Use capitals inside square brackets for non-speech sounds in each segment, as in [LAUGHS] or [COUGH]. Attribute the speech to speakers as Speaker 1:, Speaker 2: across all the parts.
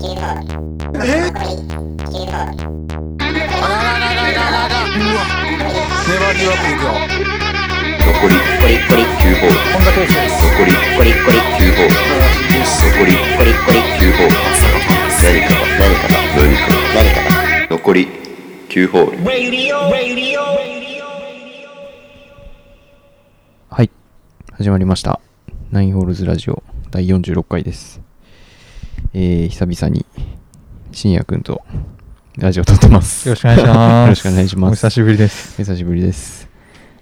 Speaker 1: あららららららら
Speaker 2: 粘
Speaker 3: え
Speaker 2: りよくいくよ
Speaker 4: 残りコリコリ9ホール
Speaker 3: こんなペースです
Speaker 4: 残りコリコリ9ホール残りコリコリ9ホール何かが何かが何かが何かが残り9ホール
Speaker 5: はい。始まりました。ナインホールズラジオ第46回です。えー、久々に、深夜くんとラジオ撮ってます。
Speaker 3: よろしくお願いします
Speaker 5: よろしくお願いします。
Speaker 3: お久しぶりです
Speaker 5: お久しぶりです。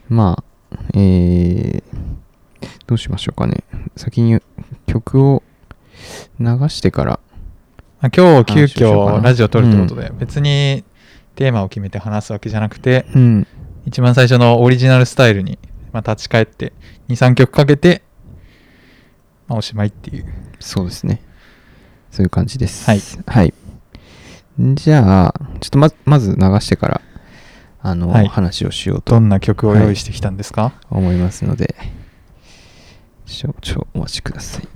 Speaker 5: まあ、えー、どうしましょうかね。先に曲を流してから、
Speaker 3: あ今日
Speaker 5: 話を
Speaker 3: 急
Speaker 5: しようか
Speaker 3: 遽
Speaker 5: な
Speaker 3: ラジオ撮るってことで、
Speaker 5: うん
Speaker 3: 別にテーマを決めて話すわけじゃなくて、
Speaker 5: うん、
Speaker 3: 一番最初のオリジナルスタイルに、まあ、立ち返って23曲かけて、まあ、おしまいっていう
Speaker 5: そうですね。そういう感じです。
Speaker 3: はい。
Speaker 5: はい。じゃあ、ちょっとままず流してから、あの、
Speaker 3: はい
Speaker 5: 話をしようと
Speaker 3: どんな曲を用意してきたんですか、
Speaker 5: 思いますので少々お待ちください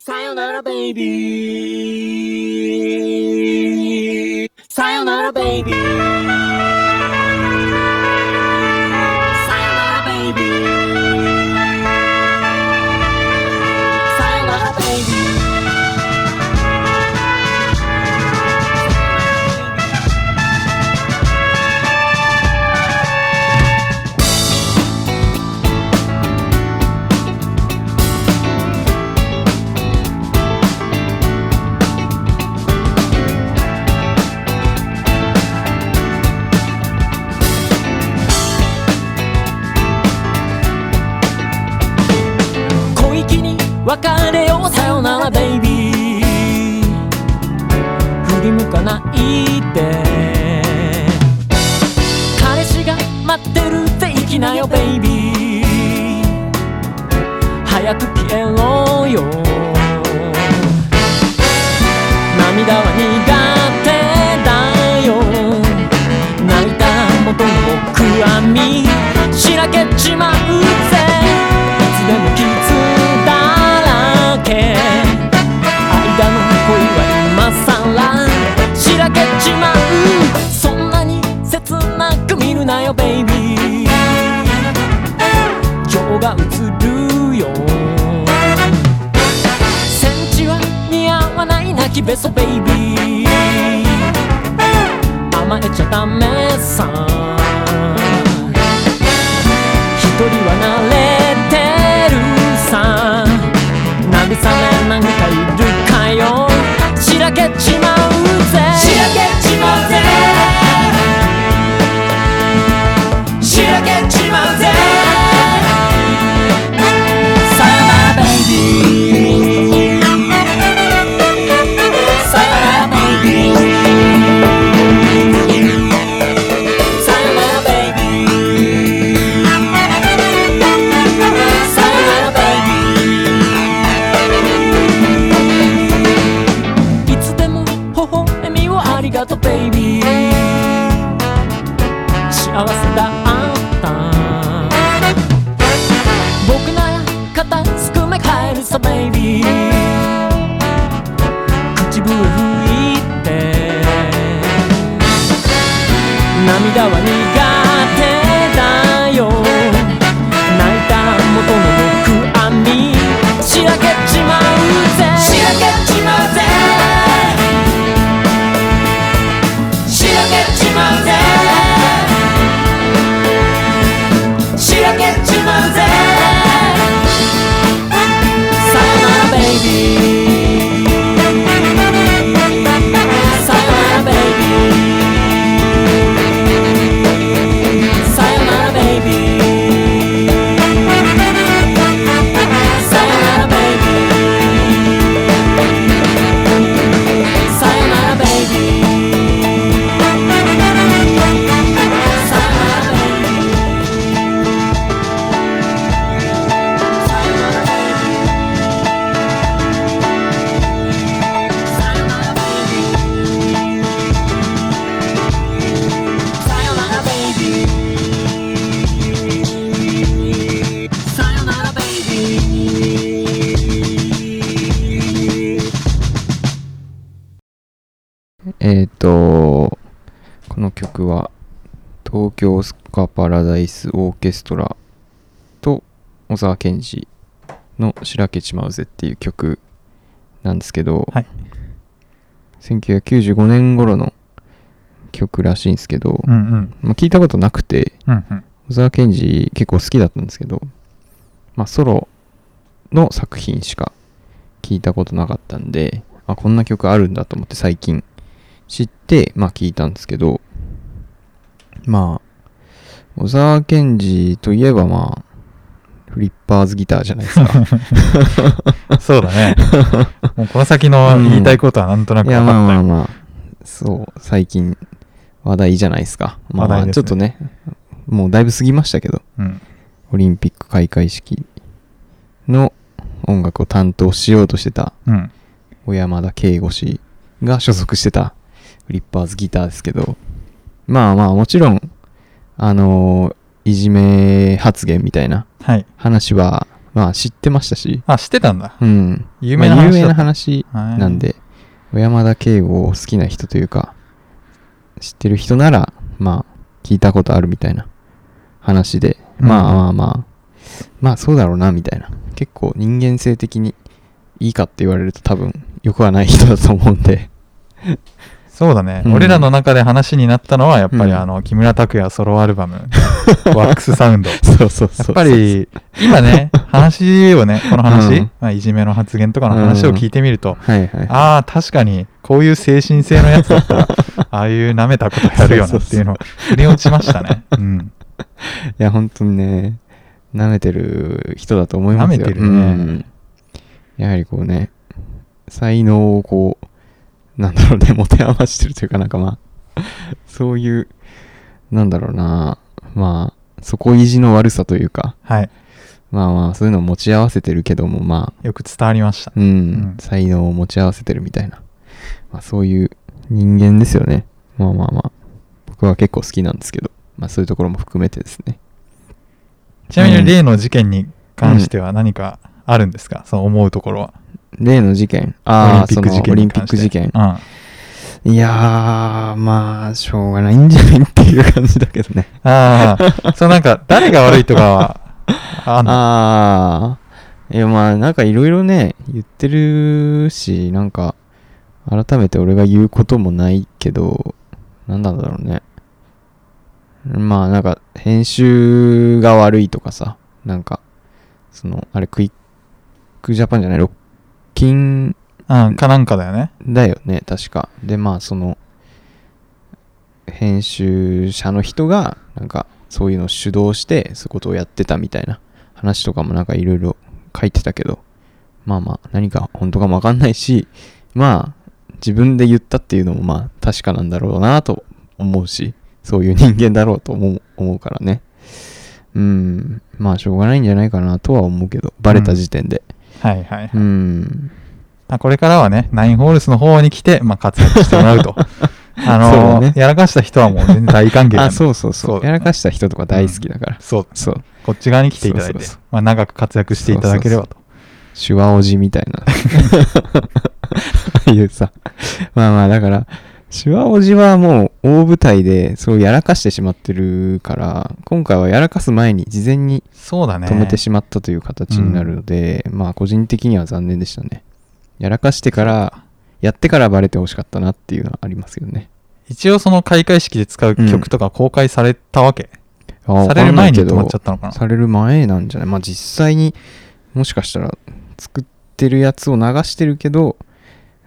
Speaker 6: さよならベイビーさよならベイビーさよならベイビーさよならベイビー小粋に別れようさよならベイビー振り向かないで彼氏が待ってるって行きなよベイビー早く消えろよ涙は苦手だよ泣いた元のくわみしらけちまうぜいつでも傷だらけ間の恋は今さらしらけちまうそんなに切なく見るなよベイビー情が映るよセンチは似合わない泣きべそベイビー甘えちゃダメさ一人は慣れてるさ慰めなんかいるかよしらけちまうぜしらけちまうぜしらけちまうぜさよならベイビーさよならベイビーさよならベイビーさよならベイビーいつでも微笑みをありがとうベイビー幸せだった僕なら肩すくめ帰るさベイビー口笛吹いて涙は苦手だよ泣いた元の僕あみしらけちまうぜしらけちまうぜしらけちまうぜしらけちまうぜさよならベイビ
Speaker 5: と、この曲は、東京スカパラダイスオーケストラと小沢健二の「白けちまうぜ」っていう曲なんですけど、
Speaker 3: はい
Speaker 5: 1995年頃の曲らしいんですけど、
Speaker 3: うんうん。
Speaker 5: まあ、聞いたことなくて、
Speaker 3: うんうん。
Speaker 5: 小沢健二結構好きだったんですけど、まあ、ソロの作品しか聞いたことなかったんで、あ、こんな曲あるんだと思って最近知って、まあ、聞いたんですけど、まあ、小沢健二といえばまあ、フリッパーズギターじゃないですか。
Speaker 3: [LAUGHS] そうだね。もうこの先の言いたいことはなんとな
Speaker 5: い
Speaker 3: く分
Speaker 5: や、まあ
Speaker 3: かった
Speaker 5: まあま
Speaker 3: よ。
Speaker 5: あ、そう、最近話題じゃないですか。まあま
Speaker 3: 話題
Speaker 5: あ、
Speaker 3: です
Speaker 5: ちょ
Speaker 3: ね
Speaker 5: っとね、もうだいぶ過ぎましたけど、
Speaker 3: うん。
Speaker 5: オリンピック開会式の音楽を担当しようとしてた
Speaker 3: うん。
Speaker 5: 小山田圭吾氏が所属してたフリッパーズギターですけど、まあまあもちろん、あのーいじめ発言みたいな
Speaker 3: はい。
Speaker 5: 話は、まあ知ってましたし、
Speaker 3: あ、知ってたんだ。
Speaker 5: うん。
Speaker 3: 有名な
Speaker 5: まあ
Speaker 3: 話だった
Speaker 5: 有名な話
Speaker 3: はい
Speaker 5: なんで、小山田圭吾を好きな人というか、知ってる人なら、まあ、聞いたことあるみたいな話で、
Speaker 3: うん
Speaker 5: まあまあまあ、まあそうだろうな、みたいな。結構人間性的にいいかって言われると多分、よくはない人だと思うんで、
Speaker 3: そうだね、
Speaker 5: うん
Speaker 3: 俺らの中で話になったのは、やっぱり、
Speaker 5: うん
Speaker 3: あの、木村拓哉ソロアルバム、ワックスサウ
Speaker 5: [LAUGHS]
Speaker 3: ンド。や
Speaker 5: そうそうそうそう。
Speaker 3: っぱ、り、今
Speaker 5: [LAUGHS]
Speaker 3: ね、話をね、この話、
Speaker 5: うん
Speaker 3: まあ、いじめの発言とかの話を聞いてみると、
Speaker 5: はいはい。
Speaker 3: ああ、確かに、こういう精神性のやつだ
Speaker 5: [LAUGHS]
Speaker 3: ったら、ああいう舐めたことやるよなっていうの、腑に落ちましたね。うん。
Speaker 5: いや、本当にね、舐めてる人だと思いますよ。
Speaker 3: 舐めてるね
Speaker 5: うんやはりこうね、才能をこう、なんだろうね、持て余してるというか、なんかまあ、そういう、なんだろうな、まあ、底意地の悪さというか、
Speaker 3: はい。
Speaker 5: まあまあ、そういうのを持ち合わせてるけども、まあ、
Speaker 3: よく伝わりました。
Speaker 5: うん、
Speaker 3: うん
Speaker 5: 才能を持ち合わせてるみたいな、まあそういう人間ですよね。まあまあまあ、僕は結構好きなんですけど、まあそういうところも含めてですね。
Speaker 3: ちなみ
Speaker 5: う
Speaker 3: に、
Speaker 5: ん
Speaker 3: 例の事件に関しては何かあるんですか、その思うところは。
Speaker 5: 例の事件。
Speaker 3: オリ
Speaker 5: あ
Speaker 3: ン
Speaker 5: あ、
Speaker 3: ピッ
Speaker 5: そ
Speaker 3: ク
Speaker 5: の
Speaker 3: 事件
Speaker 5: オリ
Speaker 3: に
Speaker 5: ンピ
Speaker 3: 関
Speaker 5: ッ
Speaker 3: して。
Speaker 5: ク事件
Speaker 3: う。ん。
Speaker 5: いやー、まあ、しょうがないんじゃないっていう感じだけどね。
Speaker 3: あ
Speaker 5: [LAUGHS]
Speaker 3: あ、そうなんか、誰が悪いとかは、あんの
Speaker 5: ああ、いやまあ、なんかいろいろね、言ってるし、なんか、改めて俺が言うこともないけど、なんだろうね。まあ、なんか、編集が悪いとかさ、なんか、その、あれ、クイックジャパンじゃない、ロッキン
Speaker 3: うん、かなんかだよね。
Speaker 5: だよね確かでまあその編集者の人がなんかそういうのを主導してそういうことをやってたみたいな話とかもなんかいろいろ書いてたけどまあまあ何か本当かもわかんないしまあ自分で言ったっていうのもまあ確かなんだろうなと思うしそういう人間だろうと思う思うからねうんまあしょうがないんじゃないかなとは思うけどバレた時点で
Speaker 3: はいはい。
Speaker 5: うん
Speaker 3: まあこれからはね、ナインホールスの方に来て、まあ、活躍してもらう
Speaker 5: [LAUGHS]
Speaker 3: と。 [LAUGHS] あの
Speaker 5: そうだね
Speaker 3: やらかした人はもう全然大歓迎なん
Speaker 5: あ
Speaker 3: で
Speaker 5: そうそうそう
Speaker 3: そうだね
Speaker 5: やらかした人とか大好きだから、
Speaker 3: そう。
Speaker 5: そう
Speaker 3: こっち側に来ていただい
Speaker 5: そ
Speaker 3: て、
Speaker 5: うそうそう
Speaker 3: まあ、長く活躍していただければと。
Speaker 5: 手話おじみたいなああ [LAUGHS] いうさまあまあだから手話おじはもう大舞台でそうやらかしてしまってるから今回はやらかす前に事前に
Speaker 3: そうだね。
Speaker 5: 止めてしまったという形になるので、まあ個人的には残念でしたねやらかしてからやってからバレてほしかったなっていうのはありますけどね
Speaker 3: 一応その開会式で使う曲とか公開されたわけ、
Speaker 5: ああ
Speaker 3: される前に
Speaker 5: わか
Speaker 3: 止
Speaker 5: んな
Speaker 3: ま
Speaker 5: いけ
Speaker 3: っち
Speaker 5: ど
Speaker 3: ゃったのかな
Speaker 5: される前なんじゃないまあ実際にもしかしたら作ってるやつを流してるけど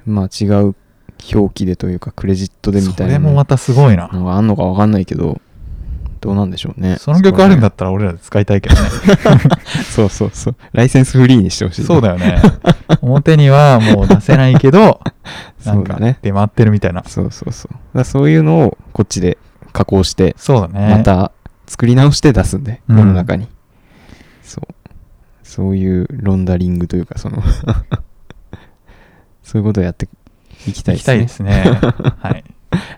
Speaker 5: まあ違う表記でというかクレジットでみ
Speaker 3: そ
Speaker 5: たい
Speaker 3: れ
Speaker 5: な
Speaker 3: も
Speaker 5: の
Speaker 3: またすごいな。
Speaker 5: があんのかわかんないけどどうなんでしょうね
Speaker 3: その曲あるん
Speaker 5: そ
Speaker 3: だったら俺らで使いたいけどね。
Speaker 5: こら辺 [LAUGHS] そうそうそうライセンスフリーにしてほしいね
Speaker 3: そうだよね。表にはもう出せないけど、な
Speaker 5: [LAUGHS] そ
Speaker 3: ん
Speaker 5: うだ
Speaker 3: か
Speaker 5: ね
Speaker 3: 出回ってるみたいな。
Speaker 5: そうそうそうだからそういうのをこっちで加工して
Speaker 3: そうだね。
Speaker 5: また作り直して出すんで、
Speaker 3: うん
Speaker 5: 世の中にそうそういうロンダリングというかその [LAUGHS] そういうことをやっていきたい
Speaker 3: 行
Speaker 5: で
Speaker 3: きた
Speaker 5: す
Speaker 3: い
Speaker 5: ね [LAUGHS]
Speaker 3: ですね。はい。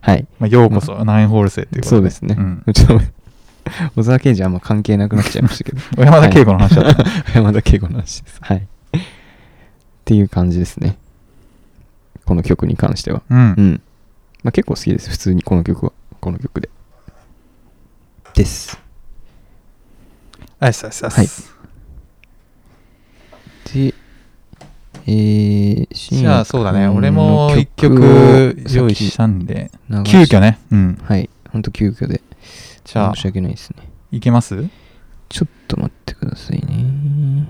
Speaker 5: はい
Speaker 3: まあ、ようこそ、ナインホール生ということで。
Speaker 5: そうですね、
Speaker 3: うん。
Speaker 5: ちょっと小沢健二あんま関係なくなっちゃいましたけ
Speaker 3: [LAUGHS]
Speaker 5: ど
Speaker 3: 小山田圭吾の話だったね。
Speaker 5: 小 [LAUGHS] 山田圭吾の話ですはいっていう感じですねこの曲に関しては
Speaker 3: うん
Speaker 5: う。んまあ、結構好きです普通にこの曲はこの曲でです
Speaker 3: あいすあいすあい
Speaker 5: はい
Speaker 3: す。
Speaker 5: でえー、
Speaker 3: じゃあそうだね、
Speaker 5: 新
Speaker 3: 俺
Speaker 5: 君の
Speaker 3: も一
Speaker 5: を
Speaker 3: 曲用意したんで、
Speaker 5: さっき
Speaker 3: 急遽ね。うん。
Speaker 5: はいほんと急遽で
Speaker 3: じゃあ
Speaker 5: 申、し訳ないですね
Speaker 3: いけます
Speaker 5: ちょっと待ってくださいね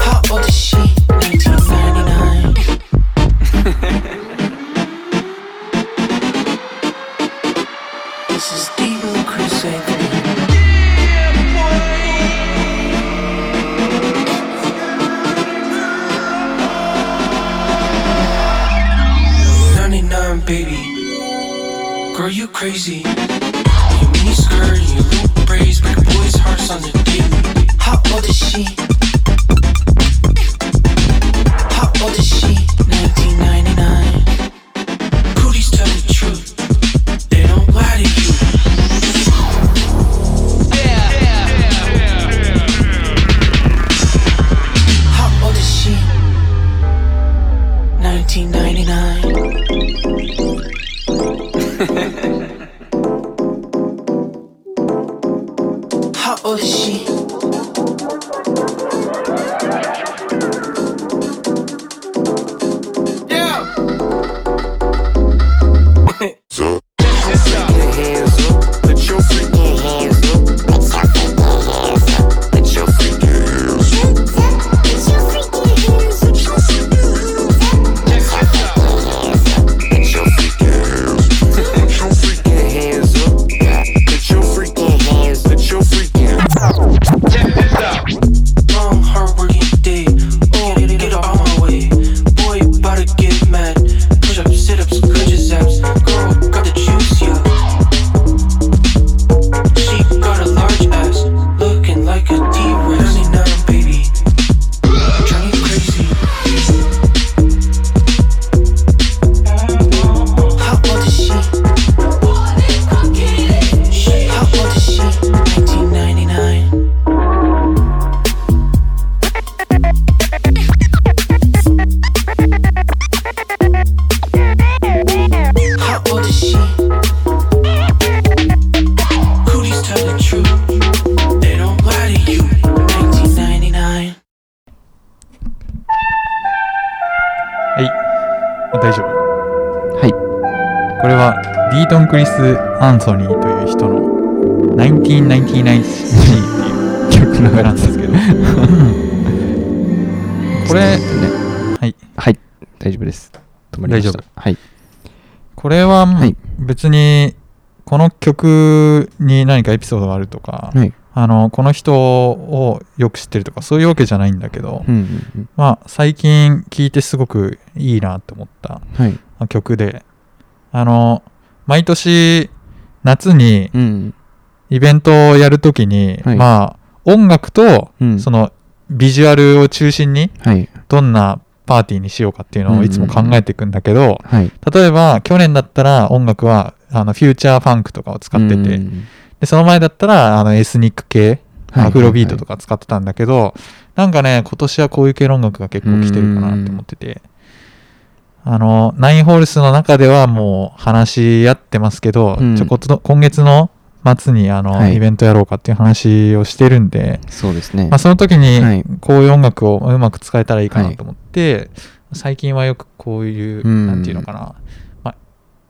Speaker 7: Hot body sheet, 1999. this is Diva Crusader. Ninety-nine, baby. Girl, you crazy. Your mini skirt and your little braids break boys' hearts on the daily. Hot body sheet. How old is she? 1999. Cooties tell the truth. They don't lie to you. How old is she? 1999. how old is she? 1999. How old is she? Cooties tell the truth. They don't lie to you. 1999.
Speaker 3: はい。大丈夫。
Speaker 5: はい
Speaker 3: これはディートン・クリス・アンソニーという人の1999っていう曲
Speaker 5: 流れ
Speaker 3: なんで
Speaker 5: [LAUGHS]
Speaker 3: すけど。これ、はい。
Speaker 5: はい大丈夫です止まりました
Speaker 3: 大丈
Speaker 5: はい
Speaker 3: これは、
Speaker 5: はい
Speaker 3: 別にこの曲に何かエピソードがあるとか、
Speaker 5: はい
Speaker 3: あのこの人をよく知ってるとかそういうわけじゃないんだけど、
Speaker 5: うんうんうん
Speaker 3: まあ最近聴いてすごくいいなと思った
Speaker 5: はい
Speaker 3: 曲であの毎年夏に
Speaker 5: うん
Speaker 3: イベントをやるときに、
Speaker 5: はい
Speaker 3: まあ音楽と、
Speaker 5: うん
Speaker 3: そのビジュアルを中心に
Speaker 5: はい
Speaker 3: どんなパーティーにしようかっていうのをいつも考えていくんだけど、
Speaker 5: はい
Speaker 3: 例えば去年だったら音楽はあのフューチャーファンクとかを使ってて、
Speaker 5: うん
Speaker 3: でその前だったらあのエスニック系、
Speaker 5: はい
Speaker 3: アフロビートとか使ってたんだけど、なんかね今年はこういう系の音楽が結構来てるかなって思ってて、あのナインホールスの中ではもう話し合ってますけど、
Speaker 5: うん
Speaker 3: ちょこっと今月の末にあの、
Speaker 5: はい
Speaker 3: イベントやろうかっていう話をしてるんで、
Speaker 5: そうですね
Speaker 3: まあ、その時
Speaker 5: はい
Speaker 3: にこういう音楽をうまく使えたらいいかなと思って、最近はよくこういう、
Speaker 5: うん
Speaker 3: なんていうのかな、まあ、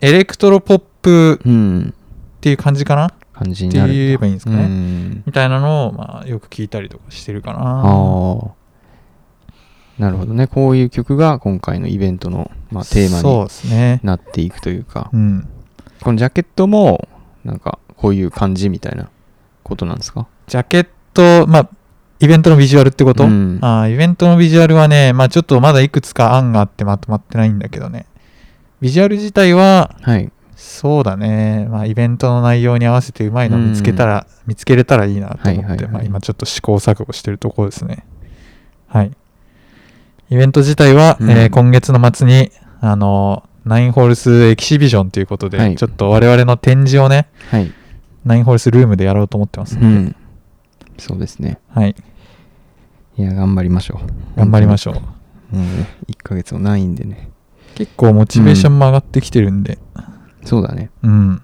Speaker 3: エレクトロポップ
Speaker 5: うん
Speaker 3: っていう感じかな
Speaker 5: 感じになるんだ
Speaker 3: って言えばいいんですかね
Speaker 5: うん
Speaker 3: みたいなのを、まあ、よく聞いたりとかしてるかな。
Speaker 5: ああなるほどねこういう曲が今回のイベントの、まあ、テーマ
Speaker 3: そう
Speaker 5: に
Speaker 3: ですね。
Speaker 5: なっていくというか
Speaker 3: うん。
Speaker 5: このジャケットもなんかこういう感じみたいなことなんですか
Speaker 3: ジャケット、まあ、イベントのビジュアルってこと、
Speaker 5: うん
Speaker 3: あーイベントのビジュアルはね、まあちょっとまだいくつか案があってまとまってないんだけどね。ビジュアル自体は、
Speaker 5: はい。
Speaker 3: そうだね。まあイベントの内容に合わせてうまいの見つけたら、見つけれたらいいなと思って、
Speaker 5: はいはいはい
Speaker 3: まあ今ちょっと試行錯誤してるところですね。はい。イベント自体は、
Speaker 5: うん
Speaker 3: えー今月の末に、あのナインホールスエキシビジョンということで、
Speaker 5: はい
Speaker 3: ちょっと我々の展示をね、
Speaker 5: はい。
Speaker 3: ナインホールスルームでやろうと思ってま
Speaker 5: う
Speaker 3: す、
Speaker 5: ん。そうですね。
Speaker 3: はい。
Speaker 5: いや、頑張りましょう。
Speaker 3: 頑張りましょう。
Speaker 5: う。もうね、1ヶ月もないんでね。
Speaker 3: 結構モチベーションも上がってきてるんで、
Speaker 5: そうだね。
Speaker 3: うん。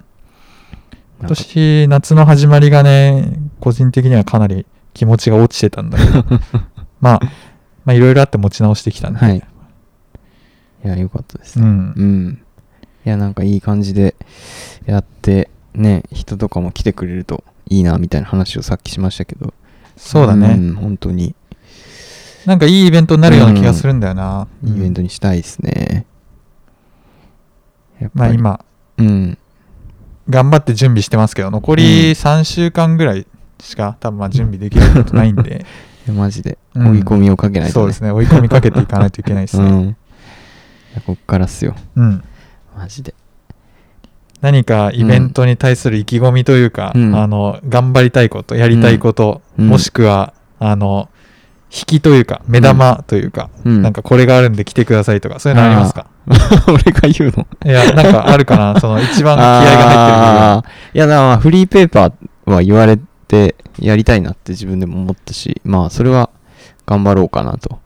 Speaker 3: 今年、夏の始まりがね、個人的にはかなり気持ちが落ちてたんだけど、
Speaker 5: [LAUGHS]
Speaker 3: まあ、まあ、いろいろあって持ち直してきたんで、
Speaker 5: はい。いや、よかったです
Speaker 3: う
Speaker 5: ね。
Speaker 3: ん。
Speaker 5: うん。いや、なんかいい感じでやって、ね、人とかも来てくれるといいな、みたいな話をさっきしましたけど。
Speaker 3: そうだね、
Speaker 5: ん本当に、
Speaker 3: なんかいいイベントになるような気がするんだよな。
Speaker 5: いいイベント
Speaker 3: に。
Speaker 5: にしたいですね。やっ
Speaker 3: ま
Speaker 5: ぱ
Speaker 3: あ
Speaker 5: り。
Speaker 3: 今、
Speaker 5: うん。
Speaker 3: 頑張って準備してますけど、残
Speaker 5: う
Speaker 3: り
Speaker 5: ん
Speaker 3: 3週間ぐらいしか多分まあ準備できることないんで、
Speaker 5: いやマジで、
Speaker 3: うん
Speaker 5: 追い込みをかけないと、ね
Speaker 3: そうですね追い込みかけていかないといけないですね
Speaker 5: [LAUGHS] うん、いやこっからっすよ。
Speaker 3: うん。
Speaker 5: マジで。
Speaker 3: 何かイベントに対する意気込みというか、
Speaker 5: うん
Speaker 3: あの、頑張りたいこと、やりたいこと、
Speaker 5: うん
Speaker 3: もしくは、あの、引きというか、目玉というか、
Speaker 5: うん
Speaker 3: なんかこれがあるんで来てくださいとか、そういうのありますか
Speaker 5: あー [LAUGHS] 俺が言うの。
Speaker 3: いや、なんかあるか
Speaker 5: [LAUGHS]
Speaker 3: なその一番気合が入ってる
Speaker 5: てるいや、だからまあフリーペーパーは言われて、やりたいなって自分でも思ったし、まあ、それは頑張ろうかなと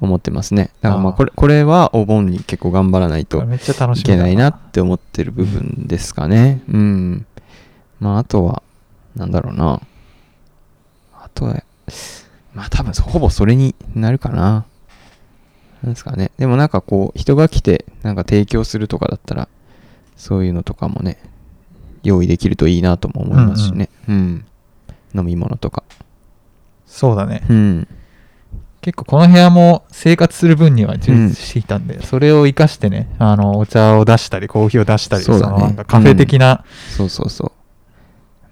Speaker 5: 思ってますね。だからまあ、
Speaker 3: あー
Speaker 5: これ、これはお盆に結構頑張らない
Speaker 3: 部
Speaker 5: と
Speaker 3: 分。めっちゃ楽し
Speaker 5: い
Speaker 3: み
Speaker 5: け
Speaker 3: だ
Speaker 5: ないなって思ってる部分ですかね。うん。まあ、あとは、なんだろうな。あとは、まあ多分そ、ほぼそれになるかな。なんですかね。でもなんかこう、人が来て、なんか提供するとかだったら、そういうのとかもね、用意できるといいなとも思いますしね。うん、飲み物とか。
Speaker 3: そうだね。
Speaker 5: うん。
Speaker 3: 結構この部屋も生活する分には充実していたんで、それを活かしてね、あの、お茶を出したり、コーヒーを出したり、
Speaker 5: そ
Speaker 3: そう
Speaker 5: だね
Speaker 3: のなんかカフェ的な
Speaker 5: そうそうそう。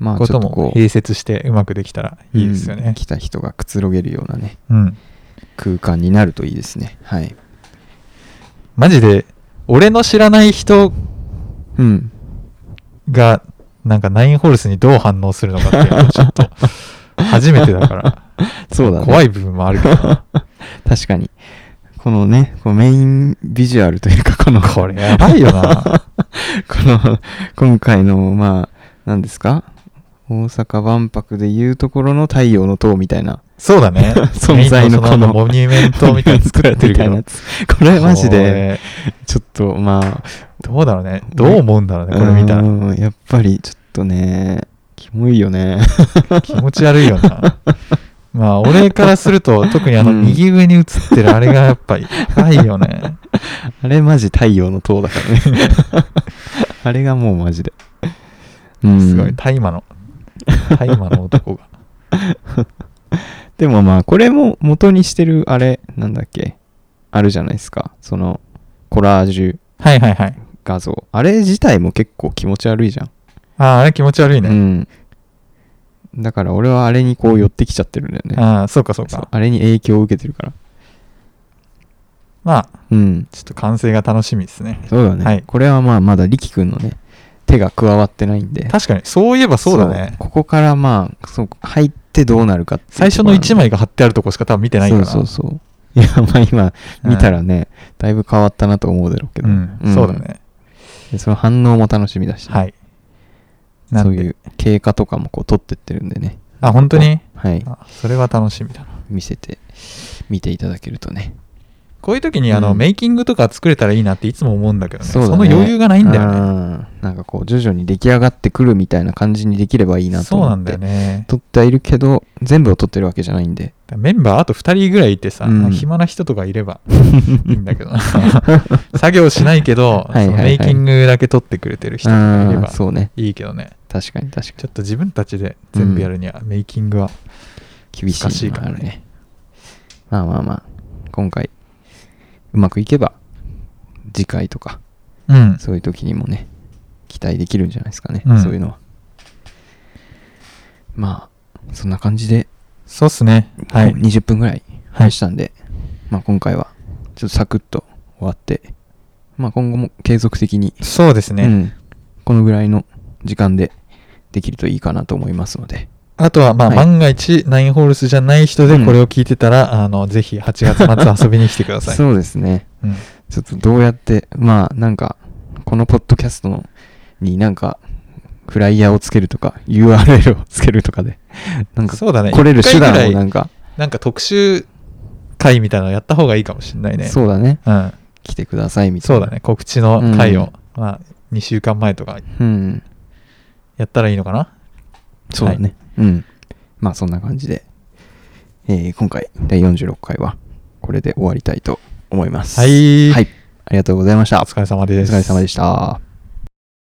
Speaker 5: まあ、
Speaker 3: こ
Speaker 5: ちょ
Speaker 3: と
Speaker 5: っと
Speaker 3: も
Speaker 5: こう、
Speaker 3: 併設してうまくできたらいいですよ
Speaker 5: うん
Speaker 3: ね。
Speaker 5: 来た人がくつろげるようなね、
Speaker 3: うん。
Speaker 5: 空間になるといいですね。はい。
Speaker 3: マジで、俺の知らない人
Speaker 5: うん。
Speaker 3: が、なんかナインホールスにどう反応するのかっていうのちょっと、初めてだから、
Speaker 5: そうだね。
Speaker 3: 怖い部分もあるけどな、
Speaker 5: [LAUGHS] 確かに。このね、こうメインビジュアルというか、この。
Speaker 3: これやばいよ
Speaker 5: [LAUGHS]
Speaker 3: な
Speaker 5: この、今回の、まあ、何ですか大阪万博でいうところの太陽の塔みたいな。
Speaker 3: そうだね。
Speaker 5: [LAUGHS] 存在のこの。
Speaker 3: モニュメントみたいに作られて
Speaker 5: [LAUGHS]
Speaker 3: るけ
Speaker 5: モニュメ
Speaker 3: ど
Speaker 5: ン。トみたいなやつこれマジで、
Speaker 3: こ
Speaker 5: ちょっと、まあ、
Speaker 3: れ。どうだろうね。どう思うんだろうね、これ見た
Speaker 5: う
Speaker 3: ら。
Speaker 5: んやっぱりちょっとね、キモいよね。
Speaker 3: 気持ち悪い
Speaker 5: [LAUGHS]
Speaker 3: よな。まあ、俺からすると、特にあの、
Speaker 5: うん
Speaker 3: 右上に映ってるあれがやっぱり、高いよね。
Speaker 5: [LAUGHS] あれマジ太陽の塔だから
Speaker 3: [LAUGHS]
Speaker 5: ね。あれがもうマジで。うん
Speaker 3: すごい、大麻の、大麻の男
Speaker 5: [LAUGHS]
Speaker 3: が。
Speaker 5: でもまあ、これも元にしてる、あれ、なんだっけ、あるじゃないですか。その、コラージュ
Speaker 3: はいはいはい。
Speaker 5: 画像。あれ自体も結構気持ち悪いじゃん。
Speaker 3: ああ、あれ気持ち悪いね。
Speaker 5: うん。だから俺はあれにこう寄ってきちゃってるんだよね。
Speaker 3: ああ、そうかそう
Speaker 5: そう
Speaker 3: か。
Speaker 5: あれに影響を受けてるから。
Speaker 3: まあ、
Speaker 5: うん。
Speaker 3: ちょっと完成が楽しみですね。
Speaker 5: そうだね。
Speaker 3: はい
Speaker 5: これはまあ、まだ力くんのね、手が加わってないんで。
Speaker 3: 確かに、そういえばそうだね。
Speaker 5: ここからまあ、そう、入ってどうなるかっていう
Speaker 3: 最
Speaker 5: と
Speaker 3: 初の1
Speaker 5: ころなんで
Speaker 3: 枚が貼ってあるとこしか多分見てないから。
Speaker 5: そうそうそう。いや、まあ今、見たらね、だいぶ変わったなと思うだろうけど。
Speaker 3: うん、そうだね。
Speaker 5: でその反応も楽しみだし、
Speaker 3: はい。な
Speaker 5: そ
Speaker 3: ん
Speaker 5: う
Speaker 3: で、
Speaker 5: いう経過とかもこう取ってってるんでね、
Speaker 3: あ、本当に
Speaker 5: はい、
Speaker 3: あそれは楽しみだな。
Speaker 5: 見せて、見ていただけるとね。
Speaker 3: こういう時に、あの、
Speaker 5: うん
Speaker 3: メイキングとか作れたらいいなっていつも思うんだけどね。
Speaker 5: うだ
Speaker 3: の余裕がないんだよね。
Speaker 5: ね。うんなんかこう、徐々に出来上がってくるみたいな感じにできればいいなと
Speaker 3: そう
Speaker 5: 思って。
Speaker 3: なんだよね。
Speaker 5: 撮ってはいるけど、全部を撮ってるわけじゃないんで。
Speaker 3: メンバーあと2人ぐらいいてさ、
Speaker 5: うん
Speaker 3: 暇な人とかい
Speaker 5: [LAUGHS]
Speaker 3: ればいいんだけど [LAUGHS] な。作業しないけ
Speaker 5: は
Speaker 3: ど、
Speaker 5: いはいはい
Speaker 3: そのメイキングだけ撮ってくれてる人とかいれ
Speaker 5: うん
Speaker 3: ば
Speaker 5: そうね。
Speaker 3: いいけどね。
Speaker 5: 確かに確か
Speaker 3: ちょっと自分たちで全部やるには、メイキングは。
Speaker 5: に。厳しい
Speaker 3: 難しい
Speaker 5: の
Speaker 3: か
Speaker 5: は
Speaker 3: ら
Speaker 5: あ
Speaker 3: ね
Speaker 5: るね。まあまあまあ、今回、うまくいけば、次回とか、
Speaker 3: うん。
Speaker 5: そういう時にもね、期待できるんじゃないですかね、
Speaker 3: うん
Speaker 5: そういうのは。まあ、そんな感じで、
Speaker 3: そうっすね。はい。
Speaker 5: 20分ぐらい
Speaker 3: はい
Speaker 5: 話したんで、まあ今回はちょっとサクッと終わって、まあ今後も継続的に、
Speaker 3: そうですね。
Speaker 5: うん、このぐらいの時間でできるといいかなと思いますので、
Speaker 3: あとは、まあ、
Speaker 5: はい
Speaker 3: 万が一、ナインホールスじゃない人で
Speaker 5: うん
Speaker 3: これを聞いてたら、あの、ぜひ8月末遊びに来てくださ
Speaker 5: [LAUGHS]
Speaker 3: い。
Speaker 5: そうですね。
Speaker 3: うん
Speaker 5: ちょっとどうやって、まあなんか、このポッドキャストのになんか、フライヤーをつけるとか、URL をつけるとかで、 [LAUGHS] なんか、
Speaker 3: そうだね。
Speaker 5: 来れる手段
Speaker 3: 一回
Speaker 5: を
Speaker 3: ぐ
Speaker 5: な
Speaker 3: らい
Speaker 5: んか、
Speaker 3: なんか特集会みたいなのやった方がいいかもしれないね。
Speaker 5: そうだね、
Speaker 3: うん。
Speaker 5: 来てくださいみた
Speaker 3: そ
Speaker 5: いうな。
Speaker 3: だね。告知の会を、まあ、2週間前とか
Speaker 5: うん。
Speaker 3: やったらいいのかな
Speaker 5: そうだね。うん。まあそんな感じで、えー今回、第46回は、これで終わりたいと思います。
Speaker 3: はい
Speaker 5: はい。ありがとうございました。
Speaker 3: お疲れ様です。
Speaker 5: お疲れ様でした。